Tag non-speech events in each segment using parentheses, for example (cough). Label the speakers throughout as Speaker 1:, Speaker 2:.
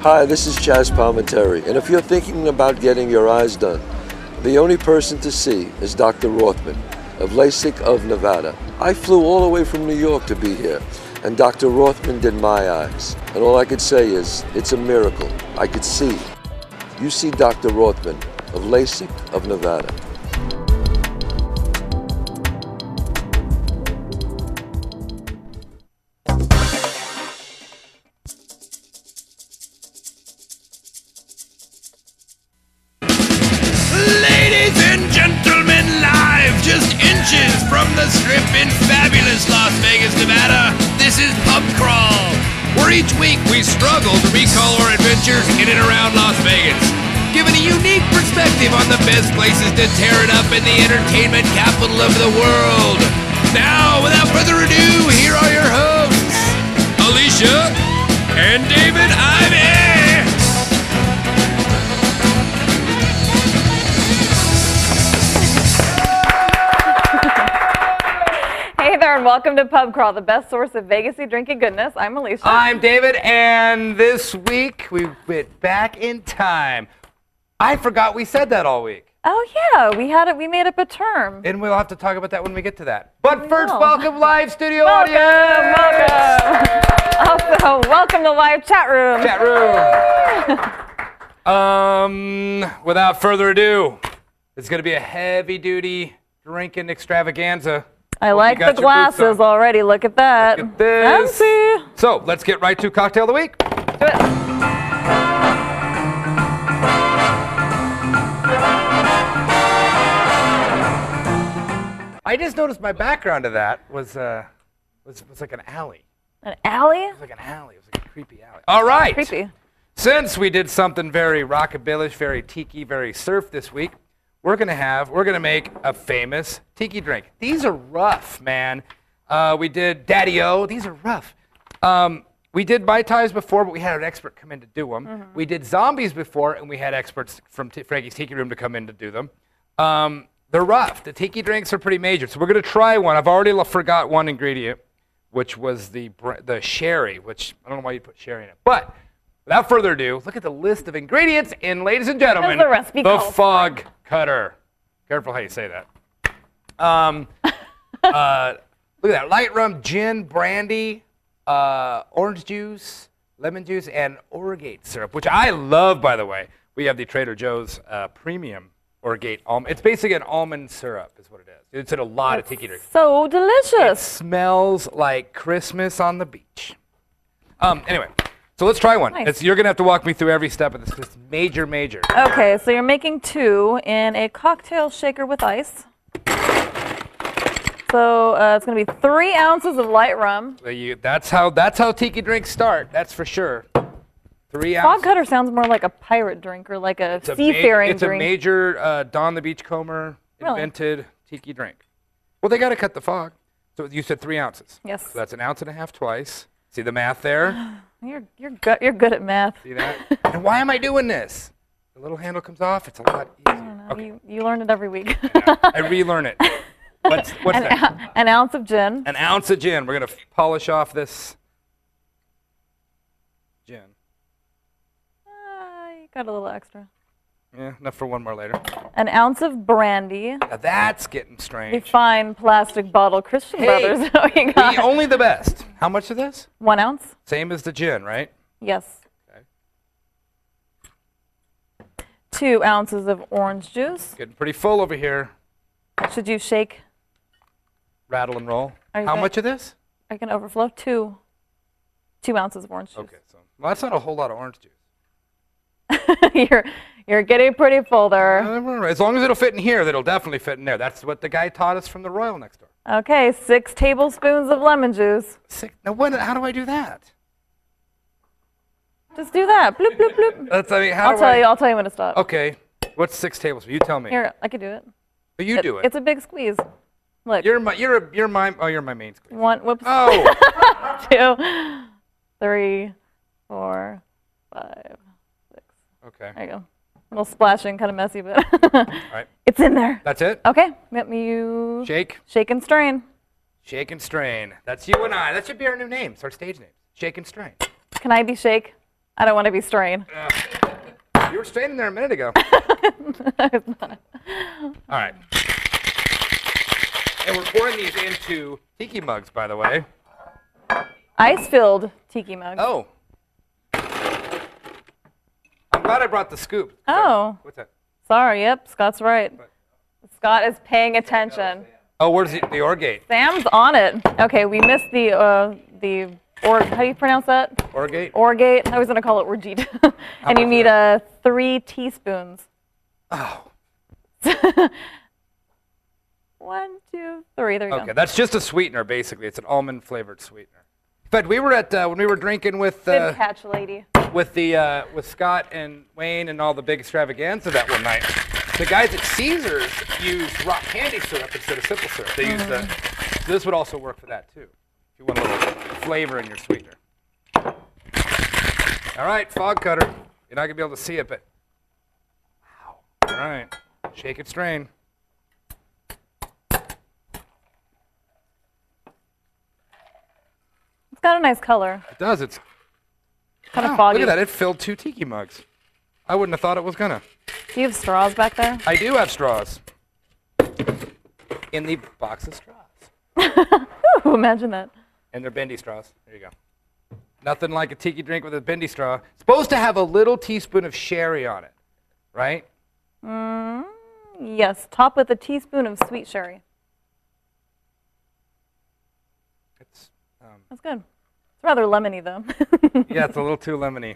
Speaker 1: Hi, this is Chaz Palmateri, and if you're thinking about getting your eyes done, the only person to see is Dr. Rothman of LASIK of Nevada. I flew all the way from New York to be here, and Dr. Rothman did my eyes. And all I could say is, it's a miracle. I could see. You see Dr. Rothman of LASIK of Nevada.
Speaker 2: Ladies and gentlemen, live just inches from the strip in fabulous Las Vegas, Nevada, this is Pub Crawl, where each week we struggle to recall our adventures in and around Las Vegas, giving a unique perspective on the best places to tear it up in the entertainment capital of the world. Now, without further ado, here are your hosts, Alicia and David Ivey.
Speaker 3: Hey there, and welcome to Pub Crawl, the best source of Vegasy drinking goodness. I'm Alicia.
Speaker 4: I'm David, and this week we went back in time. I forgot we said that all week,
Speaker 3: oh yeah, we had it. We made up a term.
Speaker 4: and we'll have to talk about that when we get to that. But first,
Speaker 3: will.
Speaker 4: welcome live studio
Speaker 3: Welcome,
Speaker 4: audience.
Speaker 3: welcome. also, welcome to live chat room.
Speaker 4: Chat room.
Speaker 3: (laughs)
Speaker 4: um, without further ado, it's going to be a heavy-duty drinking extravaganza.
Speaker 3: I like
Speaker 4: got
Speaker 3: the
Speaker 4: your boots
Speaker 3: glasses
Speaker 4: on.
Speaker 3: already. Look at that.
Speaker 4: Look at this.
Speaker 3: Fancy.
Speaker 4: So let's get right to cocktail of the week.
Speaker 3: Do it.
Speaker 4: I just noticed my background to that was uh, was, was like an alley.
Speaker 3: An alley?
Speaker 4: It was like an alley. It was like a creepy alley. All right.
Speaker 3: Creepy.
Speaker 4: Since we did something very rockabillish, very tiki, very surf this week, we're gonna have we're gonna make a famous tiki drink. These are rough, man. Uh, we did Daddy O. These are rough. Um, we did Mai Tais before, but we had an expert come in to do them. We did zombies before, and we had experts from T- Frankie's Tiki Room to come in to do them. Um, they're rough. The tiki drinks are pretty major, so we're gonna try one. I've already l- forgot one ingredient, which was the br- the sherry. Which I don't know why you put sherry in it, but Without further ado, look at the list of ingredients in, ladies and gentlemen,
Speaker 3: What is the recipe called?
Speaker 4: fog cutter. Careful how you say that.
Speaker 3: (laughs)
Speaker 4: Um, uh, look at that light rum, gin, brandy, uh, orange juice, lemon juice, and orgate syrup, which I love, by the way. We have the Trader Joe's uh, premium orgate almond. It's basically an almond syrup, is what it is. It's in a lot of tiki drinks
Speaker 3: So delicious.
Speaker 4: smells like Christmas on the beach. Um, anyway, so let's try one.
Speaker 3: Nice.
Speaker 4: It's, you're gonna have to walk me through every step of this. 'cause It's major, major.
Speaker 3: Okay, so you're making two in a cocktail shaker with ice. So uh, it's gonna be three ounces of light rum.
Speaker 4: So you- that's how that's how tiki drinks start. That's for sure. Three
Speaker 3: Fog
Speaker 4: ounces.
Speaker 3: cutter sounds more like a pirate drink or like a
Speaker 4: It's a ma-
Speaker 3: seafaring
Speaker 4: It's a
Speaker 3: drink.
Speaker 4: major uh, Don the Beachcomber
Speaker 3: Really?
Speaker 4: invented tiki drink. Well, they gotta cut the fog. So you said three ounces.
Speaker 3: Yes.
Speaker 4: So that's an ounce and a half twice. See the math there?
Speaker 3: You're you're good. You're good at math. Uh,
Speaker 4: See
Speaker 3: (laughs) (gasps)
Speaker 4: that? and why am I doing this? The little handle comes off. It's a lot easier. Okay.
Speaker 3: You you learn it every week. (laughs)
Speaker 4: I relearn it. What's, what's
Speaker 3: an,
Speaker 4: next?
Speaker 3: ou- an ounce of gin.
Speaker 4: An ounce of gin. We're gonna f- polish off this gin.
Speaker 3: Ah, you got a little extra.
Speaker 4: Yeah, enough for one more later.
Speaker 3: An ounce of brandy.
Speaker 4: Now that's getting
Speaker 3: A
Speaker 4: strange.
Speaker 3: fine plastic bottle. Christian
Speaker 4: Hey, oh.
Speaker 3: Brothers. (laughs) is what you
Speaker 4: The
Speaker 3: got.
Speaker 4: only the best. How much of this?
Speaker 3: One ounce.
Speaker 4: Same as the gin, right?
Speaker 3: Yes.
Speaker 4: Okay.
Speaker 3: Two ounces of orange juice.
Speaker 4: Getting pretty full over here.
Speaker 3: Should you shake?
Speaker 4: Rattle and roll.
Speaker 3: Are you
Speaker 4: How
Speaker 3: good?
Speaker 4: much of this?
Speaker 3: Are you gonna overflow? Two. Two ounces of orange juice.
Speaker 4: Okay, so well, that's not a whole lot of orange juice.
Speaker 3: (laughs) you're you're getting pretty full there.
Speaker 4: Uh, we're- As long as it'll fit in here, that'll definitely fit in there. That's what the guy taught us from the Royal next door.
Speaker 3: Okay, six tablespoons of lemon juice.
Speaker 4: Sick. Now, when, how do I do that?
Speaker 3: Just do that. Bloop bloop bloop.
Speaker 4: That's, I mean, how
Speaker 3: I'll
Speaker 4: do
Speaker 3: tell
Speaker 4: I?
Speaker 3: you. I'll tell you when to stop.
Speaker 4: Okay, what's six tablespoons? You tell me.
Speaker 3: Here, I can do it.
Speaker 4: you do it.
Speaker 3: It's a big squeeze. Look,
Speaker 4: You're my, you're a, you're my, oh, you're my main
Speaker 3: (laughs)
Speaker 4: squeeze.
Speaker 3: one, whoops,
Speaker 4: Oh,
Speaker 3: two, three, four, five.
Speaker 4: okay.
Speaker 3: There you go. A little splashing, kind of messy, but
Speaker 4: All (laughs) right,
Speaker 3: (laughs) it's in there.
Speaker 4: that's it.
Speaker 3: Okay, let me you
Speaker 4: Shake,
Speaker 3: shake and strain.
Speaker 4: shake and strain. That's you and I. That should be our new names, our stage names. Shake and strain.
Speaker 3: Can I be shake? I don't want to be strained. (laughs)
Speaker 4: You were standing there a minute ago. All right. And we're pouring these into tiki mugs, by the way.
Speaker 3: Ice-filled tiki mug.
Speaker 4: Oh. I'm glad I brought the scoop.
Speaker 3: Oh.
Speaker 4: What's that?
Speaker 3: Sorry. Yep. Scott's right. Scott is paying attention.
Speaker 4: Oh, where's the, the orgate?
Speaker 3: Sam's on it. Okay, we missed the uh, the or how do you pronounce that?
Speaker 4: Orgate?
Speaker 3: Orgate. I was gonna call it (laughs) orgeat. and you
Speaker 4: much
Speaker 3: need
Speaker 4: is
Speaker 3: uh, three teaspoons. (laughs)
Speaker 4: oh.
Speaker 3: One, two, three. There you
Speaker 4: Okay,
Speaker 3: go.
Speaker 4: that's just a sweetener, basically. It's an almond flavored sweetener. In fact, we were at uh, when we were drinking with uh,
Speaker 3: Good catch, lady.
Speaker 4: with the uh, with Scott and Wayne and all the big extravaganza that one night. The guys at Caesars used rock candy syrup instead of simple syrup. They used the. so this would also work for that too. If you want a little flavor in your sweetener. All right, fog cutter. You're not gonna be able to see it, but. Wow. All right, shake it, strain.
Speaker 3: It's got a nice color.
Speaker 4: It does. It's
Speaker 3: Kind of
Speaker 4: Wow,
Speaker 3: foggy.
Speaker 4: Oh, Look at that. It filled two tiki mugs. I wouldn't have thought it was gonna.
Speaker 3: Do you have straws back there? (laughs)
Speaker 4: I do have straws. In the box of straws.
Speaker 3: Ooh, Oh, imagine that.
Speaker 4: And they're bendy straws. There you go. Nothing like a tiki drink with a bendy straw. It's supposed to have a little teaspoon of sherry on it, right?
Speaker 3: Yes. Top with a teaspoon of sweet sherry.
Speaker 4: It's um,
Speaker 3: That's good. It's rather lemony though. (laughs)
Speaker 4: yeah, it's a little too lemony.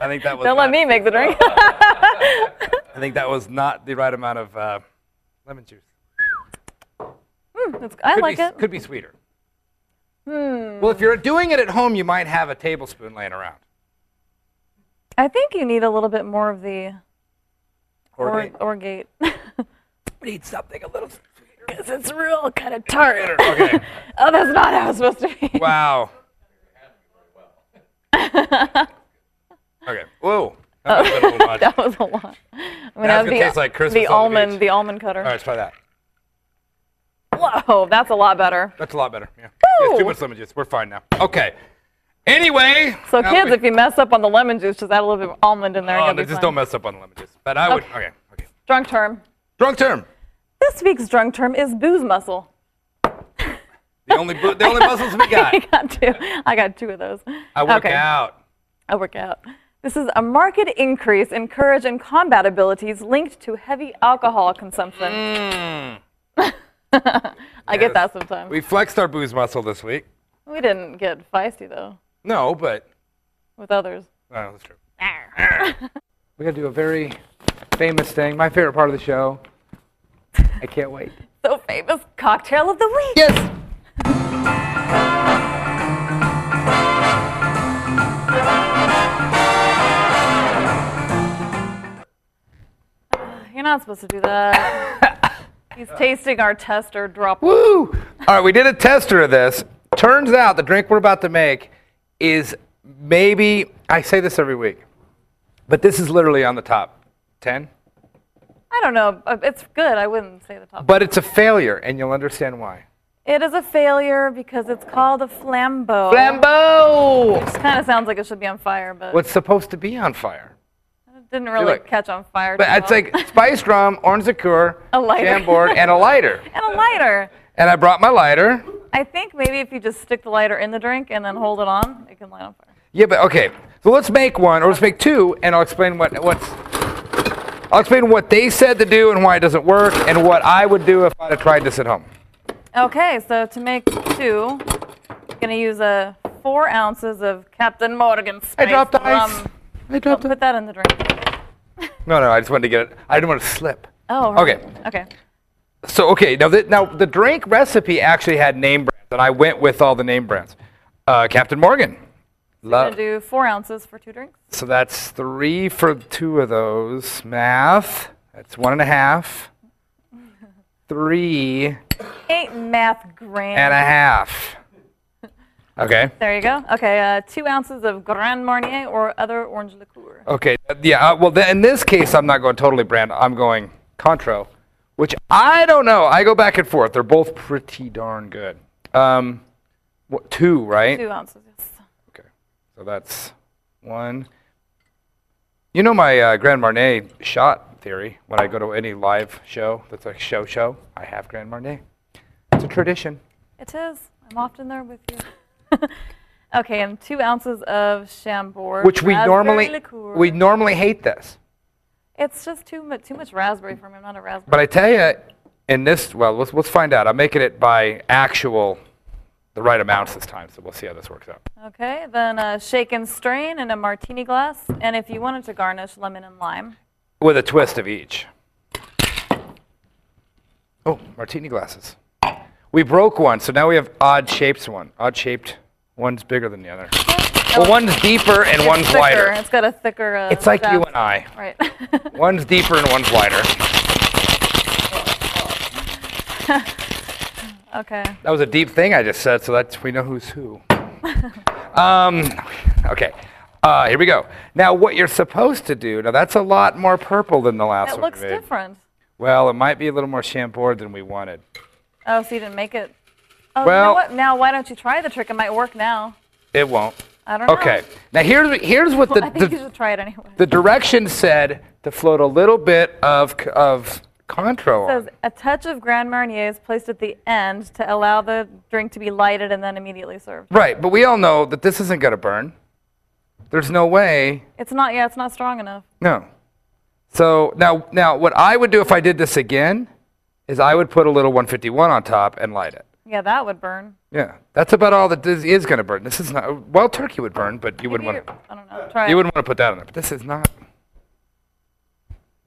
Speaker 4: I think that was
Speaker 3: Don't let
Speaker 4: not-
Speaker 3: me make
Speaker 4: (laughs)
Speaker 3: the drink.
Speaker 4: I think that was not the right amount of uh, lemon juice.
Speaker 3: It's- I
Speaker 4: Could
Speaker 3: like
Speaker 4: be,
Speaker 3: it. Hmm.
Speaker 4: Could be sweeter. Well, if you're doing it at home, you might have a tablespoon laying around.
Speaker 3: I think you need a little bit more of the
Speaker 4: Or,
Speaker 3: or, (laughs) orgate.
Speaker 4: need something a
Speaker 3: (laughs)
Speaker 4: little sweeter.
Speaker 3: Because it's real kind of tart.
Speaker 4: Okay.
Speaker 3: Oh, that's not how it's supposed to be.
Speaker 4: Wow. okay. Whoa. That was a little
Speaker 3: (laughs)
Speaker 4: much.
Speaker 3: (laughs) that was a lot. I
Speaker 4: Now
Speaker 3: mean, that
Speaker 4: it's
Speaker 3: was
Speaker 4: gonna
Speaker 3: the,
Speaker 4: taste like Christmas
Speaker 3: the
Speaker 4: on the
Speaker 3: almond,
Speaker 4: beach.
Speaker 3: the almond cutter.
Speaker 4: All right, let's try that.
Speaker 3: Whoa, that's a lot better.
Speaker 4: That's a lot better. Yeah. It's too
Speaker 3: Woo!
Speaker 4: much lemon juice. We're fine now. Okay. Anyway.
Speaker 3: So,
Speaker 4: now
Speaker 3: kids,
Speaker 4: we-
Speaker 3: if you mess up on the lemon juice, just add a little bit of almond in there.
Speaker 4: Oh,
Speaker 3: and
Speaker 4: no, just
Speaker 3: you'll be fine.
Speaker 4: don't mess up on the lemon juice. But I would. Okay.
Speaker 3: Okay.
Speaker 4: Okay.
Speaker 3: Drunk term.
Speaker 4: Drunk term.
Speaker 3: This week's drunk term is booze muscle.
Speaker 4: The only bu- the only muscles we got.
Speaker 3: (laughs) I got two. I got two of those.
Speaker 4: I work
Speaker 3: okay.
Speaker 4: out.
Speaker 3: I work out. This is a marked increase in courage and combat abilities linked to heavy alcohol consumption. (laughs) I
Speaker 4: Mm. Yes.
Speaker 3: get that sometimes.
Speaker 4: We flexed our booze muscle this week.
Speaker 3: we didn't get feisty though
Speaker 4: No, but (laughs)
Speaker 3: with others.
Speaker 4: Oh, that's true. we gotta do a very famous thing. My favorite part of the show. I can't wait.
Speaker 3: So famous cocktail of the week.
Speaker 4: Yes.
Speaker 3: You're not supposed to do that.
Speaker 4: (laughs)
Speaker 3: He's tasting our tester drop.
Speaker 4: Woo! All right, we did a tester of this. Turns out the drink we're about to make is maybe I say this every week, but this is literally on the top ten.
Speaker 3: I don't know. uh, It's good. I wouldn't say the top.
Speaker 4: But it's a failure, and you'll understand why.
Speaker 3: it is a failure because it's called a flambeau.
Speaker 4: Flambeau!
Speaker 3: Which kind of sounds like it should be on fire, but
Speaker 4: What's supposed to be on fire?
Speaker 3: it didn't really
Speaker 4: it.
Speaker 3: catch on fire.
Speaker 4: But
Speaker 3: too
Speaker 4: it's
Speaker 3: well. (laughs)
Speaker 4: like spice drum, orange liqueur,
Speaker 3: Uh-huh. A lighter.
Speaker 4: jam board, and a lighter.
Speaker 3: and a lighter.
Speaker 4: And I brought my lighter.
Speaker 3: I think maybe if you just stick the lighter in the drink and then hold it on, it can light on fire.
Speaker 4: Yeah, but okay. So let's make one, or let's make two, and I'll explain what what's. I'll explain what they said to do and why it doesn't work, and what I would do if I'd have tried this at home.
Speaker 3: Okay, so to make two, I'm gonna use a four ounces of Captain Morgan's.
Speaker 4: I dropped the
Speaker 3: rum.
Speaker 4: ice. I dropped
Speaker 3: um, Put
Speaker 4: it.
Speaker 3: that in the drink.
Speaker 4: No, no, I just wanted to get it. I didn't want to slip.
Speaker 3: Oh. Right.
Speaker 4: Okay.
Speaker 3: Okay.
Speaker 4: So okay, now the, now the drink recipe actually had name brands, and I went with all the name brands. Uh, Captain Morgan.
Speaker 3: I'm
Speaker 4: Love.
Speaker 3: gonna do four ounces for two drinks.
Speaker 4: So that's three for two of those. Math. That's one and a half. Three
Speaker 3: Eight math grand.
Speaker 4: and a half. Okay.
Speaker 3: there you go. Okay, uh, two ounces of Grand Marnier or other orange liqueur.
Speaker 4: Okay. uh, Yeah. Uh, well, th- in this case, I'm not going totally brand. I'm going Contro, which I don't know. I go back and forth. They're both pretty darn good. Um, what, two, right?
Speaker 3: Two ounces. Yes.
Speaker 4: Okay. So that's one. You know my uh, Grand Marnier shot theory. When I go to any live show that's a show show, I have Grand Marnier. It's a tradition.
Speaker 3: It is. I'm often there with you. (laughs) okay, and two ounces of Chambord.
Speaker 4: Which we
Speaker 3: raspberry
Speaker 4: normally
Speaker 3: liqueur.
Speaker 4: we normally hate this,
Speaker 3: It's just too much, too much raspberry for me. I'm not a raspberry.
Speaker 4: but I tell you, in this well, let's let's find out. I'm making it by actual, the right amounts this time, so we'll see how this works out.
Speaker 3: okay, then a shake and strain in a martini glass, and if you wanted to garnish, lemon and lime.
Speaker 4: With a twist of each. Oh, martini glasses. We broke one, so now we have odd shapes one. Odd shaped. One's bigger than the other. Well, one's deeper and one's
Speaker 3: thicker.
Speaker 4: wider.
Speaker 3: Oh, It's got a thicker. Uh,
Speaker 4: It's like you
Speaker 3: shaft.
Speaker 4: and I. (laughs)
Speaker 3: Right.
Speaker 4: One's deeper and one's wider.
Speaker 3: (laughs) okay.
Speaker 4: That was a deep thing I just said, so that's we know who's
Speaker 3: (laughs)
Speaker 4: who. um, okay. Uh, here we go. Now, what you're supposed to do, now that's a lot more purple than the last
Speaker 3: That
Speaker 4: one.
Speaker 3: looks
Speaker 4: we made.
Speaker 3: different.
Speaker 4: Well, it might be a little more chambord than we wanted.
Speaker 3: Oh, so you didn't make it. Oh, you know
Speaker 4: Well-
Speaker 3: what? Now, why don't you try the trick? It might work now.
Speaker 4: It won't.
Speaker 3: I don't know.
Speaker 4: Okay. Now here's here's what the,
Speaker 3: (laughs) I think you
Speaker 4: the
Speaker 3: should try it anyway.
Speaker 4: the direction said to float a little bit of c- of contro.
Speaker 3: says
Speaker 4: on.
Speaker 3: a touch of Grand Marnier is placed at the end to allow the drink to be lighted and then immediately served.
Speaker 4: Right, but we all know that this isn't gonna burn. There's no way.
Speaker 3: It's not, yeah, it's not strong enough.
Speaker 4: No. So now now what I would do if I did this again is I would put a little 151 on top and light it.
Speaker 3: Yeah, that would burn.
Speaker 4: Yeah. That's about all that this is gonna burn. This is not well turkey would burn, but you wouldn't
Speaker 3: Maybe
Speaker 4: want to
Speaker 3: you're- I don't know. Try
Speaker 4: you
Speaker 3: it.
Speaker 4: wouldn't want to put that on there. But this is not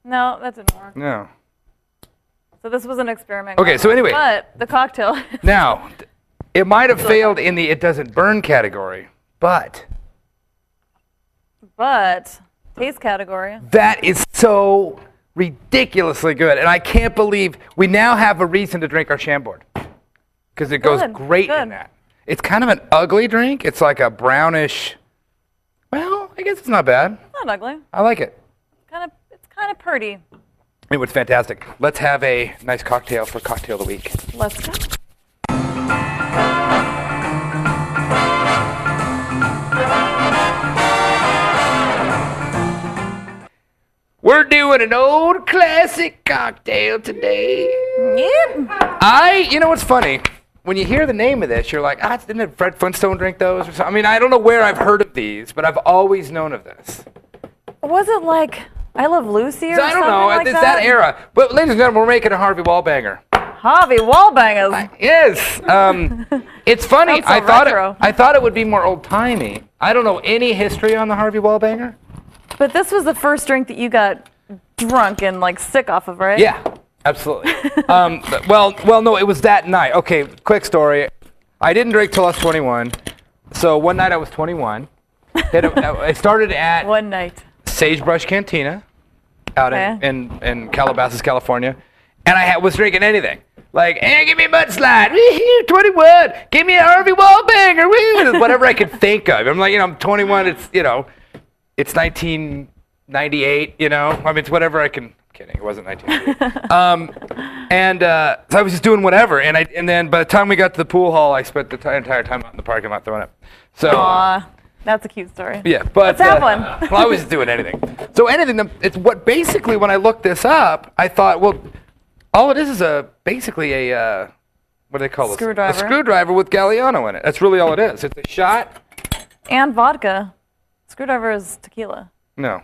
Speaker 3: No, that didn't work.
Speaker 4: no.
Speaker 3: So this was an experiment.
Speaker 4: Okay,
Speaker 3: guys.
Speaker 4: so anyway.
Speaker 3: But the cocktail.
Speaker 4: Now, th- it might have failed in the it doesn't burn category, but
Speaker 3: (laughs) but taste category.
Speaker 4: that is so ridiculously good. And I can't believe we now have a reason to drink our Chambord because it goes
Speaker 3: Good,
Speaker 4: great in
Speaker 3: good.
Speaker 4: that. It's kind of an ugly drink. It's like a brownish, well, I guess it's not bad.
Speaker 3: Not ugly.
Speaker 4: I like it.
Speaker 3: Kind of, it's kind of pretty.
Speaker 4: It was fantastic. Let's have a nice cocktail for Cocktail of the Week.
Speaker 3: Let's go.
Speaker 4: We're doing an old classic cocktail today.
Speaker 3: Yep.
Speaker 4: I, you know what's funny? When you hear the name of this, you're like, ah, didn't it Fred Flintstone drink those? Or something? I mean, I don't know where I've heard of these, but I've always known of this.
Speaker 3: Was it like I Love Lucy or
Speaker 4: So I don't
Speaker 3: something
Speaker 4: know.
Speaker 3: like
Speaker 4: it's that. era. But ladies and gentlemen, we're making a Harvey Wallbanger.
Speaker 3: Harvey Wallbangers.
Speaker 4: Yes. Um,
Speaker 3: (laughs)
Speaker 4: it's funny.
Speaker 3: Sounds so
Speaker 4: I thought
Speaker 3: retro.
Speaker 4: it, I thought it would be more old timey. I don't know any history on the Harvey Wallbanger.
Speaker 3: But this was the first drink that you got drunk and like sick off of, right?
Speaker 4: Yeah,
Speaker 3: (laughs)
Speaker 4: absolutely. um, but- well, well, no, it was that night. Okay, quick story. I didn't drink till I was 21. So one night I was 21. It, it started
Speaker 3: (laughs)
Speaker 4: at
Speaker 3: One night.
Speaker 4: Sagebrush Cantina out in,
Speaker 3: Okay.
Speaker 4: in, in Calabasas, California. And I had, was drinking anything. Like, hey, give me a mudslide. Woo-hoo, 21. Give me a Harvey Wallbanger. Woo, (laughs) whatever I could think of. I'm like, you know, I'm 21. It's, you know, it's 1998, you know. I mean, it's whatever I can. I'm kidding. It wasn't
Speaker 3: (laughs)
Speaker 4: 1998. um, and uh, so I was just doing whatever. And, I, and then by the time we got to the pool hall, I spent the t- entire time out in the parking lot throwing up. So.
Speaker 3: Aw, that's a cute story.
Speaker 4: Yeah, but
Speaker 3: Let's have
Speaker 4: uh,
Speaker 3: one.
Speaker 4: (laughs) well, I was doing anything. So anything. that- It's what basically when I looked this up, I thought, well, all it is is a basically a uh, what do they call it?
Speaker 3: Screwdriver.
Speaker 4: A screwdriver with Galliano in it. That's really all it is. It's a shot.
Speaker 3: And vodka. Screwdriver is tequila.
Speaker 4: No.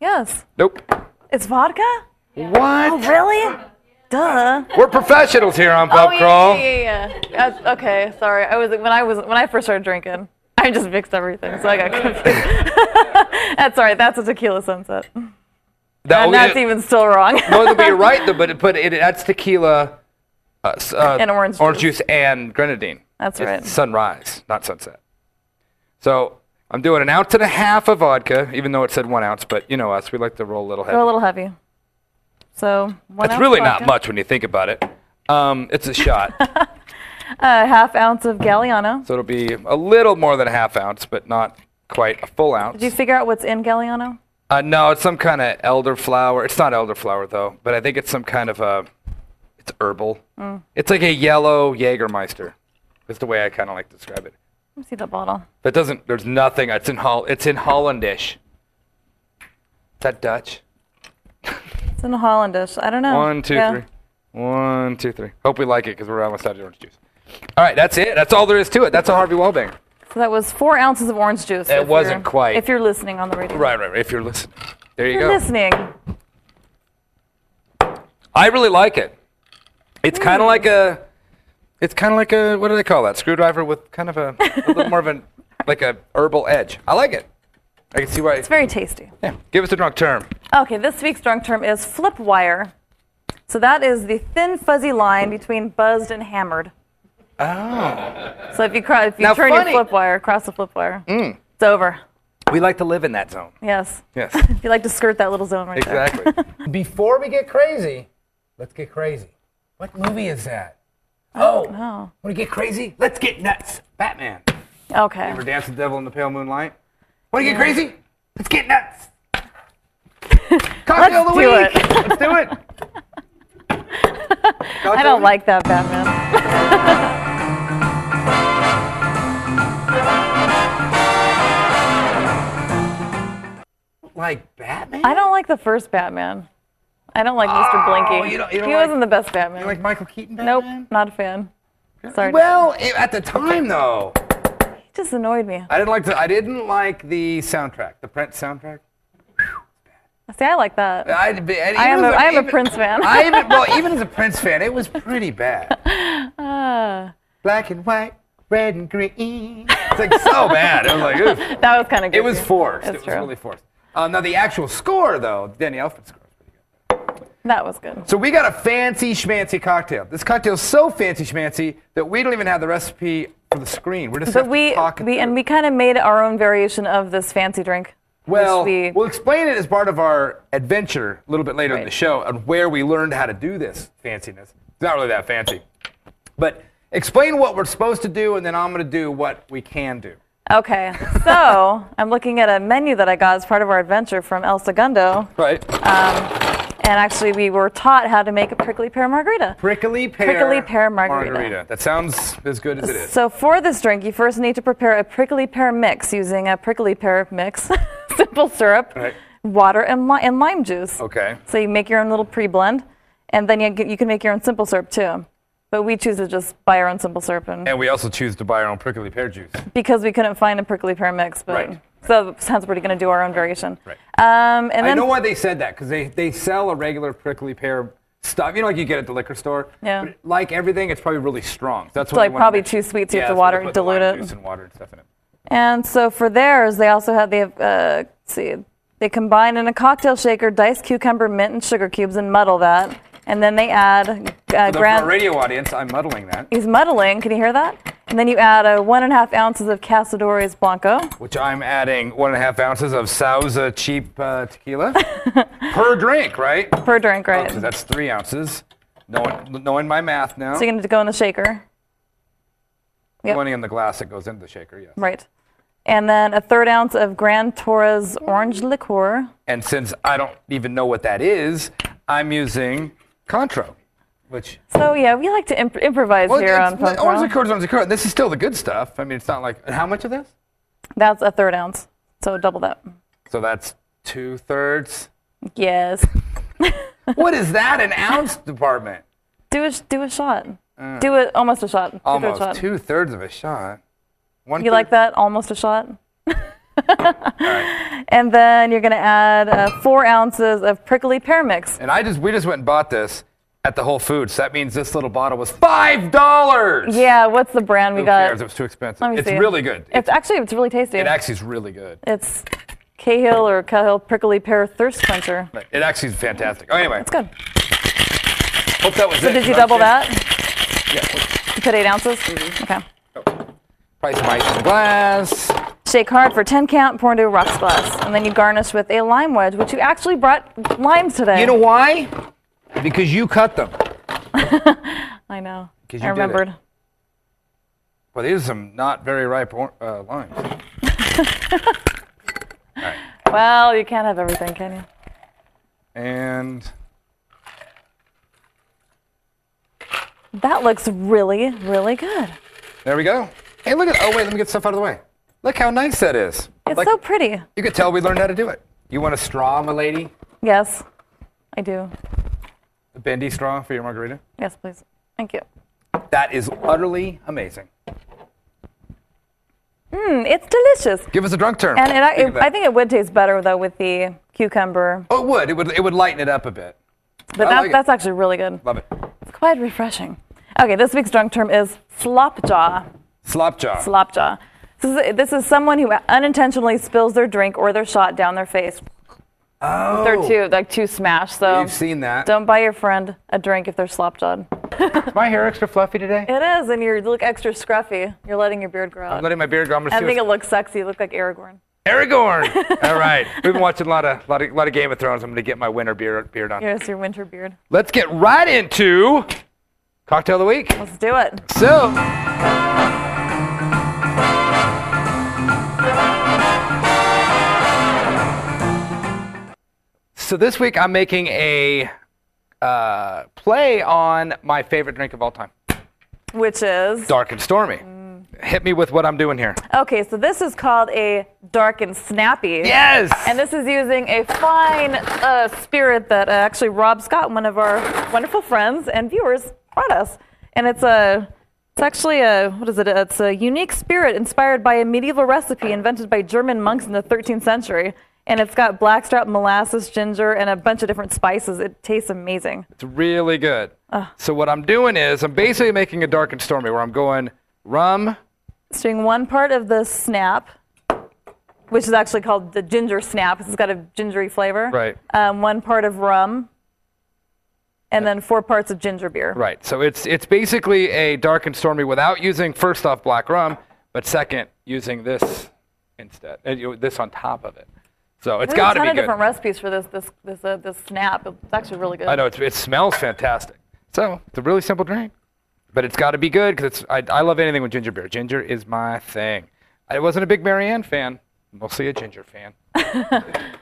Speaker 3: Yes.
Speaker 4: Nope.
Speaker 3: It's vodka?
Speaker 4: What?
Speaker 3: Oh, Really? Duh.
Speaker 4: We're professionals here on Pub
Speaker 3: oh,
Speaker 4: Crawl.
Speaker 3: yeah, yeah, yeah, yeah. Uh, okay, sorry. I was when I was when I first started drinking. I just mixed everything, so I got confused. (laughs) that's all right. That's a tequila sunset.
Speaker 4: That-
Speaker 3: and
Speaker 4: (laughs)
Speaker 3: that's even still wrong.
Speaker 4: Oh, No, but you're right. Though, but it, but it, that's tequila. Uh, s- uh,
Speaker 3: And orange
Speaker 4: juice. and grenadine.
Speaker 3: (laughs) That's
Speaker 4: It's
Speaker 3: right.
Speaker 4: Sunrise, not sunset. So I'm doing an ounce and a half of vodka, even though it said one ounce. But you know us, we like to roll a little heavy.
Speaker 3: They're a little heavy. So one
Speaker 4: it's
Speaker 3: ounce
Speaker 4: really
Speaker 3: vodka,
Speaker 4: not much when you think about it. Um, it's a
Speaker 3: (laughs)
Speaker 4: shot,
Speaker 3: A half ounce of Galliano.
Speaker 4: so it'll be a little more than a half ounce, but not quite a full ounce.
Speaker 3: Did you figure out what's in Galliano?
Speaker 4: Uh, no, it's some kind of elderflower. It's not elderflower though, but I think it's some kind of a. It's herbal.
Speaker 3: Mm.
Speaker 4: It's like a yellow Jägermeister. Is the way I kind of like to describe it.
Speaker 3: Let me see the bottle.
Speaker 4: That doesn't. There's nothing. It's in Hol. It's in Hollandish. that Dutch?
Speaker 3: It's in Hollandish. I don't know.
Speaker 4: One, two, three.
Speaker 3: Oh, Yeah.
Speaker 4: One, two, three. Hope we like it because we're almost out of orange juice. All right, that's it. That's all there is to it. That's a Harvey Wallbanger.
Speaker 3: So that was four ounces of orange juice.
Speaker 4: It
Speaker 3: if
Speaker 4: wasn't
Speaker 3: you're-
Speaker 4: quite.
Speaker 3: If you're listening on the radio.
Speaker 4: Right, right, right. If you're listening, there you
Speaker 3: If
Speaker 4: go.
Speaker 3: you're listening.
Speaker 4: I really like it. It's kind
Speaker 3: Mm.
Speaker 4: of like a, it's kind of like a what do they call that? Screwdriver with kind of a, a little more of an like a herbal edge. I like it. I can see why.
Speaker 3: It's very tasty.
Speaker 4: yeah. Give us a drunk term.
Speaker 3: Okay, this week's drunk term is flip wire. So that is the thin fuzzy line between buzzed and hammered. Oh. So if you cro- if you
Speaker 4: Now,
Speaker 3: turn
Speaker 4: funny-
Speaker 3: your flip wire, cross the flip wire, it's over.
Speaker 4: We like to live in that zone.
Speaker 3: Yes.
Speaker 4: Yes.
Speaker 3: If you like to skirt that little zone right there.
Speaker 4: Exactly.
Speaker 5: (laughs) Before we get crazy, let's get crazy. What movie is that? Oh,
Speaker 3: know.
Speaker 5: want to get crazy? Let's get nuts. Batman.
Speaker 3: (laughs) Okay.
Speaker 4: Or dance the devil in the pale moonlight.
Speaker 5: Want to get crazy? Let's get
Speaker 3: (laughs)
Speaker 5: nuts.
Speaker 3: Let's do it.
Speaker 5: (laughs)
Speaker 4: Let's do it.
Speaker 3: (laughs) I don't like that, Batman.
Speaker 5: Like Batman?
Speaker 3: I don't like the first Batman. I don't like Mr. Blinky.
Speaker 5: you don't- you don't
Speaker 3: he
Speaker 5: like-
Speaker 3: wasn't the best Batman.
Speaker 5: Like Michael Keaton?
Speaker 3: nope,
Speaker 5: Batman?
Speaker 3: not a fan. Sorry.
Speaker 5: Well, i- at the time though,
Speaker 3: He just annoyed me.
Speaker 4: I didn't like the. I didn't like the soundtrack. The Prince soundtrack.
Speaker 3: See, I like that.
Speaker 4: I, and even
Speaker 3: I am
Speaker 4: as
Speaker 3: a- I am a
Speaker 4: even-
Speaker 3: Prince fan.
Speaker 4: I even
Speaker 3: (laughs)
Speaker 4: well, even as a Prince fan, it was pretty bad.
Speaker 3: Ah.
Speaker 4: Black and white, red and green. It's like so bad. It was like oof.
Speaker 3: that was kind of good.
Speaker 4: It was forced.
Speaker 3: That's
Speaker 4: it was
Speaker 3: true.
Speaker 4: really forced. Uh, now the actual score though, Danny Elfman's score. was pretty good.
Speaker 3: That was good.
Speaker 4: So we got a fancy schmancy cocktail. This cocktail's so fancy schmancy that we don't even have the recipe for the screen. We're just
Speaker 3: But
Speaker 4: have
Speaker 3: we,
Speaker 4: to talk it
Speaker 3: we and
Speaker 4: through.
Speaker 3: we kind of made our own variation of this fancy drink.
Speaker 4: Well,
Speaker 3: we-
Speaker 4: we'll explain it as part of our adventure a little bit later in the
Speaker 3: Right.
Speaker 4: show on where we learned how to do this fanciness. It's not really that fancy. But explain what we're supposed to do, and then I'm going to do what we can do.
Speaker 3: Okay, so (laughs) I'm looking at a menu that I got as part of our adventure from El Segundo,
Speaker 4: Right.
Speaker 3: Uh, and actually we were taught how to make a prickly pear margarita.
Speaker 4: prickly pear.
Speaker 3: prickly pear margarita.
Speaker 4: That sounds as good as it is.
Speaker 3: So for this drink, you first need to prepare a prickly pear mix using a prickly pear mix, (laughs) simple syrup,
Speaker 4: Right.
Speaker 3: water, and, li- and lime juice.
Speaker 4: Okay.
Speaker 3: So you make your own little pre-blend, and then you, get, you can make your own simple syrup too. But we choose to just buy our own simple syrup, and,
Speaker 4: And we also choose to buy our own prickly pear juice.
Speaker 3: because we couldn't find a prickly pear mix, but
Speaker 4: Right.
Speaker 3: so hence we're going to do our own variation.
Speaker 4: Right.
Speaker 3: Um, and then
Speaker 4: I know why they said that because they, they sell a regular prickly pear stuff. You know, like you get at the liquor store.
Speaker 3: Yeah.
Speaker 4: But like everything, it's probably really strong. That's what
Speaker 3: like,
Speaker 4: they wanna
Speaker 3: probably
Speaker 4: make-
Speaker 3: too sweet, so you
Speaker 4: yeah,
Speaker 3: have
Speaker 4: that's
Speaker 3: to
Speaker 4: why they
Speaker 3: water it,
Speaker 4: put the lime
Speaker 3: dilute it.
Speaker 4: Juice and water and stuff in it.
Speaker 3: And so for theirs, they also had the uh, let's see they combine in a cocktail shaker diced cucumber, mint, and sugar cubes and muddle that, and then they add uh,
Speaker 4: The
Speaker 3: grand.
Speaker 4: radio audience, I'm muddling that,
Speaker 3: He's muddling. Can you hear that? And then you add a one and a half ounces of Casadores Blanco.
Speaker 4: which I'm adding one and a half ounces of Sauza cheap uh,
Speaker 3: (laughs)
Speaker 4: tequila per drink, right?
Speaker 3: per drink, right?
Speaker 4: So that's three ounces. Knowing, knowing my math now,
Speaker 3: So you're going to go in the shaker, yep.
Speaker 4: Pointing in the glass that goes into the shaker, yes.
Speaker 3: right? And then a third ounce of Grand Torres orange liqueur.
Speaker 4: And since I don't even know what that is, I'm using Contro, which
Speaker 3: So yeah, we like to imp- improvise here
Speaker 4: it's-
Speaker 3: on Punk
Speaker 4: orange
Speaker 3: Rock.
Speaker 4: liqueur is orange liqueur. This is still the good stuff. I mean, it's not like and how much of this?
Speaker 3: That's a third ounce. So double that.
Speaker 4: So that's two
Speaker 3: (laughs)
Speaker 4: thirds. (laughs)
Speaker 3: Yes.
Speaker 4: what is that? An ounce department?
Speaker 3: Do a sh- do a shot. do it almost a shot. Two-third shot.
Speaker 4: Mm. Almost two thirds of a shot. One
Speaker 3: You like that? Almost a shot. And then you're gonna add uh, four ounces of prickly pear mix.
Speaker 4: And I just we just went and bought this at the Whole Foods. So that means this little bottle was five dollars.
Speaker 3: Yeah, what's the brand we
Speaker 4: Who
Speaker 3: got?
Speaker 4: cares? It was too expensive.
Speaker 3: Let me
Speaker 4: it's
Speaker 3: see.
Speaker 4: really good.
Speaker 3: It's actually it's really tasty.
Speaker 4: it actually is really good.
Speaker 3: it's Cahill or Cahill prickly pear thirst quencher.
Speaker 4: But It actually is fantastic. Oh, anyway,
Speaker 3: It's good.
Speaker 4: hope that was
Speaker 3: So
Speaker 4: it.
Speaker 3: did you
Speaker 4: I'm
Speaker 3: double
Speaker 4: kidding.
Speaker 3: that? You put eight ounces.
Speaker 4: Mm-hmm.
Speaker 3: Okay.
Speaker 4: Price of ice in the glass.
Speaker 3: Shake hard for 10 count, pour into a rocks glass, and then you garnish with a lime wedge, which you actually brought limes today.
Speaker 4: You know why? Because you cut them.
Speaker 3: I know.
Speaker 4: 'Cause you
Speaker 3: I
Speaker 4: did it.
Speaker 3: remembered.
Speaker 4: Well, these are some not very ripe or- uh, limes. All right.
Speaker 3: Well, you can't have everything, can you?
Speaker 4: And
Speaker 3: That looks really, really good.
Speaker 4: there we go. Hey, look at. Oh wait, let me get stuff out of the way. Look how nice that is.
Speaker 3: It's
Speaker 4: Like,
Speaker 3: so pretty.
Speaker 4: You could tell we learned how to do it. You want a straw, milady?
Speaker 3: Yes, I do.
Speaker 4: A bendy straw for your margarita?
Speaker 3: Yes, please. Thank you.
Speaker 4: That is utterly amazing.
Speaker 3: Mm, it's delicious.
Speaker 4: Give us a drunk term.
Speaker 3: And it, I,
Speaker 4: Think of
Speaker 3: it,
Speaker 4: that.
Speaker 3: I think it would taste better though with the cucumber,
Speaker 4: Oh, it would. It would. It would lighten it up a bit.
Speaker 3: but
Speaker 4: I
Speaker 3: that,
Speaker 4: like it.
Speaker 3: that's actually really good.
Speaker 4: Love it.
Speaker 3: It's quite refreshing. Okay, this week's drunk term is slopjaw.
Speaker 4: Slopjaw.
Speaker 3: Slopjaw. This is, this is someone who unintentionally spills their drink or their shot down their face.
Speaker 4: oh,
Speaker 3: They're too like too smashed. So
Speaker 4: We've seen that.
Speaker 3: Don't buy your friend a drink if they're slopjawed.
Speaker 4: Is my hair extra fluffy today?
Speaker 3: It is, and you look extra scruffy. You're letting your beard grow out.
Speaker 4: I'm letting my beard grow. I'm gonna
Speaker 3: I
Speaker 4: see
Speaker 3: think it
Speaker 4: what's-
Speaker 3: looks sexy. You look like Aragorn.
Speaker 4: (laughs) Aragorn. All
Speaker 3: (laughs)
Speaker 4: right. We've been watching a lot of, lot of, lot of Game of Thrones. I'm gonna get my winter beard, beard on.
Speaker 3: Here's your winter beard.
Speaker 4: Let's get right into cocktail of the week.
Speaker 3: Let's do it.
Speaker 4: So, so this week I'm making a uh, play on my favorite drink of all time,
Speaker 3: Which is
Speaker 4: dark and stormy. Hit me with what I'm doing here.
Speaker 3: okay. So this is called a dark and snappy.
Speaker 4: Yes.
Speaker 3: And this is using a fine uh, spirit that uh, actually Rob Scott, one of our wonderful friends and viewers, brought us. And it's a, it's actually a, what is it? It's a unique spirit inspired by a medieval recipe invented by German monks in the 13th century. And it's got blackstrap, molasses, ginger, and a bunch of different spices. It tastes amazing.
Speaker 4: It's really good. So what I'm doing is I'm basically making a dark and stormy where I'm going rum.
Speaker 3: It's doing one part of the snap, which is actually called the ginger snap. 'cause It's got a gingery flavor.
Speaker 4: Right.
Speaker 3: Um, one part of rum, and then four parts of ginger beer.
Speaker 4: Right. So it's it's basically a dark and stormy without using first off black rum, but second using this instead, and you- this on top of it. So it's
Speaker 3: There's
Speaker 4: got to
Speaker 3: a ton
Speaker 4: be
Speaker 3: of
Speaker 4: good.
Speaker 3: different recipes for this this this uh, this snap. It's actually really good.
Speaker 4: I know it's, it smells fantastic. So it's a really simple drink, but it's got to be good because I, I love anything with ginger beer. Ginger is my thing. I wasn't a big Marianne fan, mostly a ginger
Speaker 3: (laughs)
Speaker 4: fan.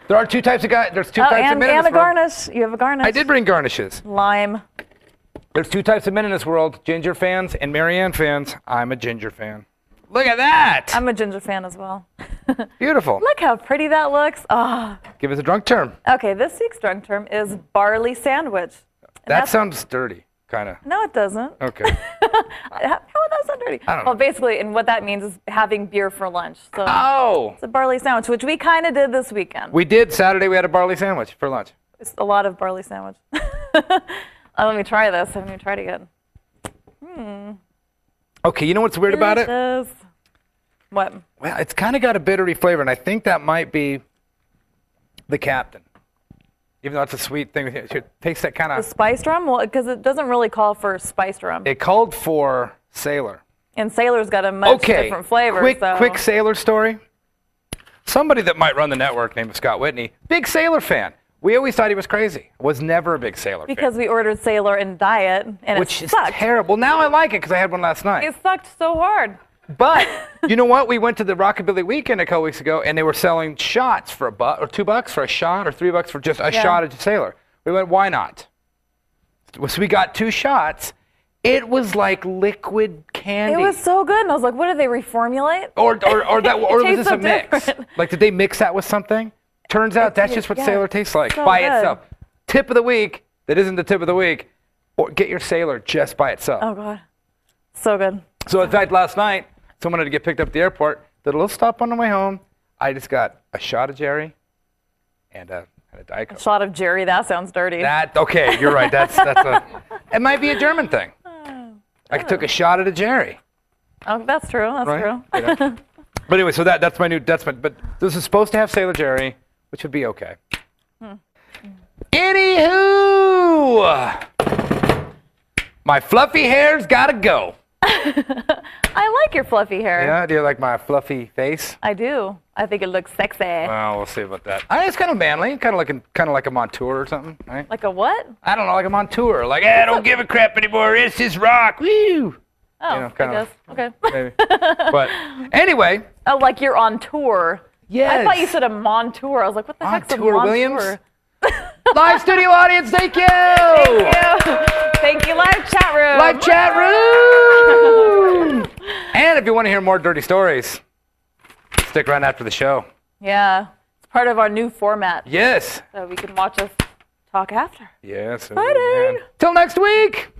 Speaker 4: there are two types of guys. There's two
Speaker 3: Oh,
Speaker 4: types of
Speaker 3: and,
Speaker 4: men in
Speaker 3: and
Speaker 4: this
Speaker 3: a
Speaker 4: world.
Speaker 3: garnish. You have a garnish.
Speaker 4: I did bring garnishes.
Speaker 3: lime.
Speaker 4: There's two types of men in this world: ginger fans and Marianne fans. I'm a ginger fan. Look at that!
Speaker 3: I'm a ginger fan as well.
Speaker 4: Beautiful.
Speaker 3: Um, Look how pretty that looks. Ah.
Speaker 4: Give us a drunk term.
Speaker 3: Okay, this week's drunk term is barley sandwich.
Speaker 4: That
Speaker 3: that's-
Speaker 4: sounds dirty, kind
Speaker 3: (laughs)
Speaker 4: of.
Speaker 3: No, it doesn't.
Speaker 4: Okay.
Speaker 3: (laughs) How, how would that sound dirty?
Speaker 4: I don't
Speaker 3: well,
Speaker 4: know.
Speaker 3: basically, and what that means is having beer for lunch. So
Speaker 4: oh.
Speaker 3: it's a barley sandwich, which we kind of did this weekend.
Speaker 4: We did Saturday. We had a barley sandwich for lunch.
Speaker 3: It's a lot of barley sandwich. (laughs) oh, let me try this. I haven't even tried it yet.
Speaker 4: Okay. You know what's weird about it?
Speaker 3: Delicious. What?
Speaker 4: Well, it's kind of got a bittery flavor, and I think that might be the captain. Even though it's a sweet thing, it should taste that kind
Speaker 3: The
Speaker 4: of.
Speaker 3: spiced rum? Well, because it doesn't really call for spiced rum.
Speaker 4: It called for sailor.
Speaker 3: and Sailor's got a much
Speaker 4: okay.
Speaker 3: different flavor.
Speaker 4: Quick,
Speaker 3: so.
Speaker 4: quick sailor story. Somebody that might run the network named Scott Whitney, big sailor fan. We always thought he was crazy. Was never a big sailor fan.
Speaker 3: Because we ordered Sailor and Diet, and
Speaker 4: which
Speaker 3: it
Speaker 4: is
Speaker 3: sucked.
Speaker 4: terrible. Now I like it because I had one last night.
Speaker 3: (laughs) it sucked so hard.
Speaker 4: but you know what? We went to the Rockabilly Weekend a couple weeks ago, and they were selling shots for a buck or two bucks for a shot, or three bucks for just a
Speaker 3: Yeah.
Speaker 4: shot at Sailor. We went, why not? So we got two shots. It was like liquid
Speaker 3: It
Speaker 4: candy.
Speaker 3: was so good, and I was like, what did they reformulate?
Speaker 4: or or, or that
Speaker 3: (laughs) It
Speaker 4: or was
Speaker 3: tastes
Speaker 4: this
Speaker 3: so
Speaker 4: a mix?
Speaker 3: different.
Speaker 4: Like did they mix that with something? Turns out that's just what
Speaker 3: yeah,
Speaker 4: sailor tastes like
Speaker 3: so
Speaker 4: by
Speaker 3: good.
Speaker 4: itself. Tip of the week that isn't the tip of the week, or get your sailor just by itself.
Speaker 3: Oh, God. So good.
Speaker 4: So in fact, last night someone had to get picked up at the airport. Did a little stop on the way home. I just got a shot of Jerry, and a, and a
Speaker 3: (laughs)
Speaker 4: Diet Coke.
Speaker 3: Shot of Jerry, that sounds dirty.
Speaker 4: That okay? You're right. That's that's a. It might be a German thing. I took a shot at a Jerry.
Speaker 3: oh, that's true. That's
Speaker 4: Right?
Speaker 3: true.
Speaker 4: You know? (laughs) but anyway, so that that's my new that's my but this is supposed to have Sailor Jerry, which would be okay. Anywho, my fluffy hair's gotta go.
Speaker 3: I like your fluffy hair.
Speaker 4: Yeah, do you like my fluffy face?
Speaker 3: I do. I think it looks sexy.
Speaker 4: Well, we'll see about that. I, it's kind of manly, kind of like a, kind of like a montour or something, right?
Speaker 3: like a what?
Speaker 4: I don't know, like a montour. Like, eh, I don't give a crap anymore. It's just rock. Woo!
Speaker 3: Oh,
Speaker 4: know,
Speaker 3: I
Speaker 4: kinda
Speaker 3: guess. Okay. (laughs)
Speaker 4: Maybe. but anyway,
Speaker 3: oh, like you're on tour. I thought you
Speaker 4: Yes.
Speaker 3: said a montour. I was like, what the heck's a
Speaker 4: Montour
Speaker 3: montour?
Speaker 4: Williams? live studio audience, thank you.
Speaker 3: Thank you. Thank you, live chat room.
Speaker 4: Live chat (laughs) room. and if you want to hear more dirty stories, stick around after the show.
Speaker 3: Yeah. It's part of our new format.
Speaker 4: Yes.
Speaker 3: So we can watch us talk after.
Speaker 4: Yes.
Speaker 3: Exciting.
Speaker 4: Till next week.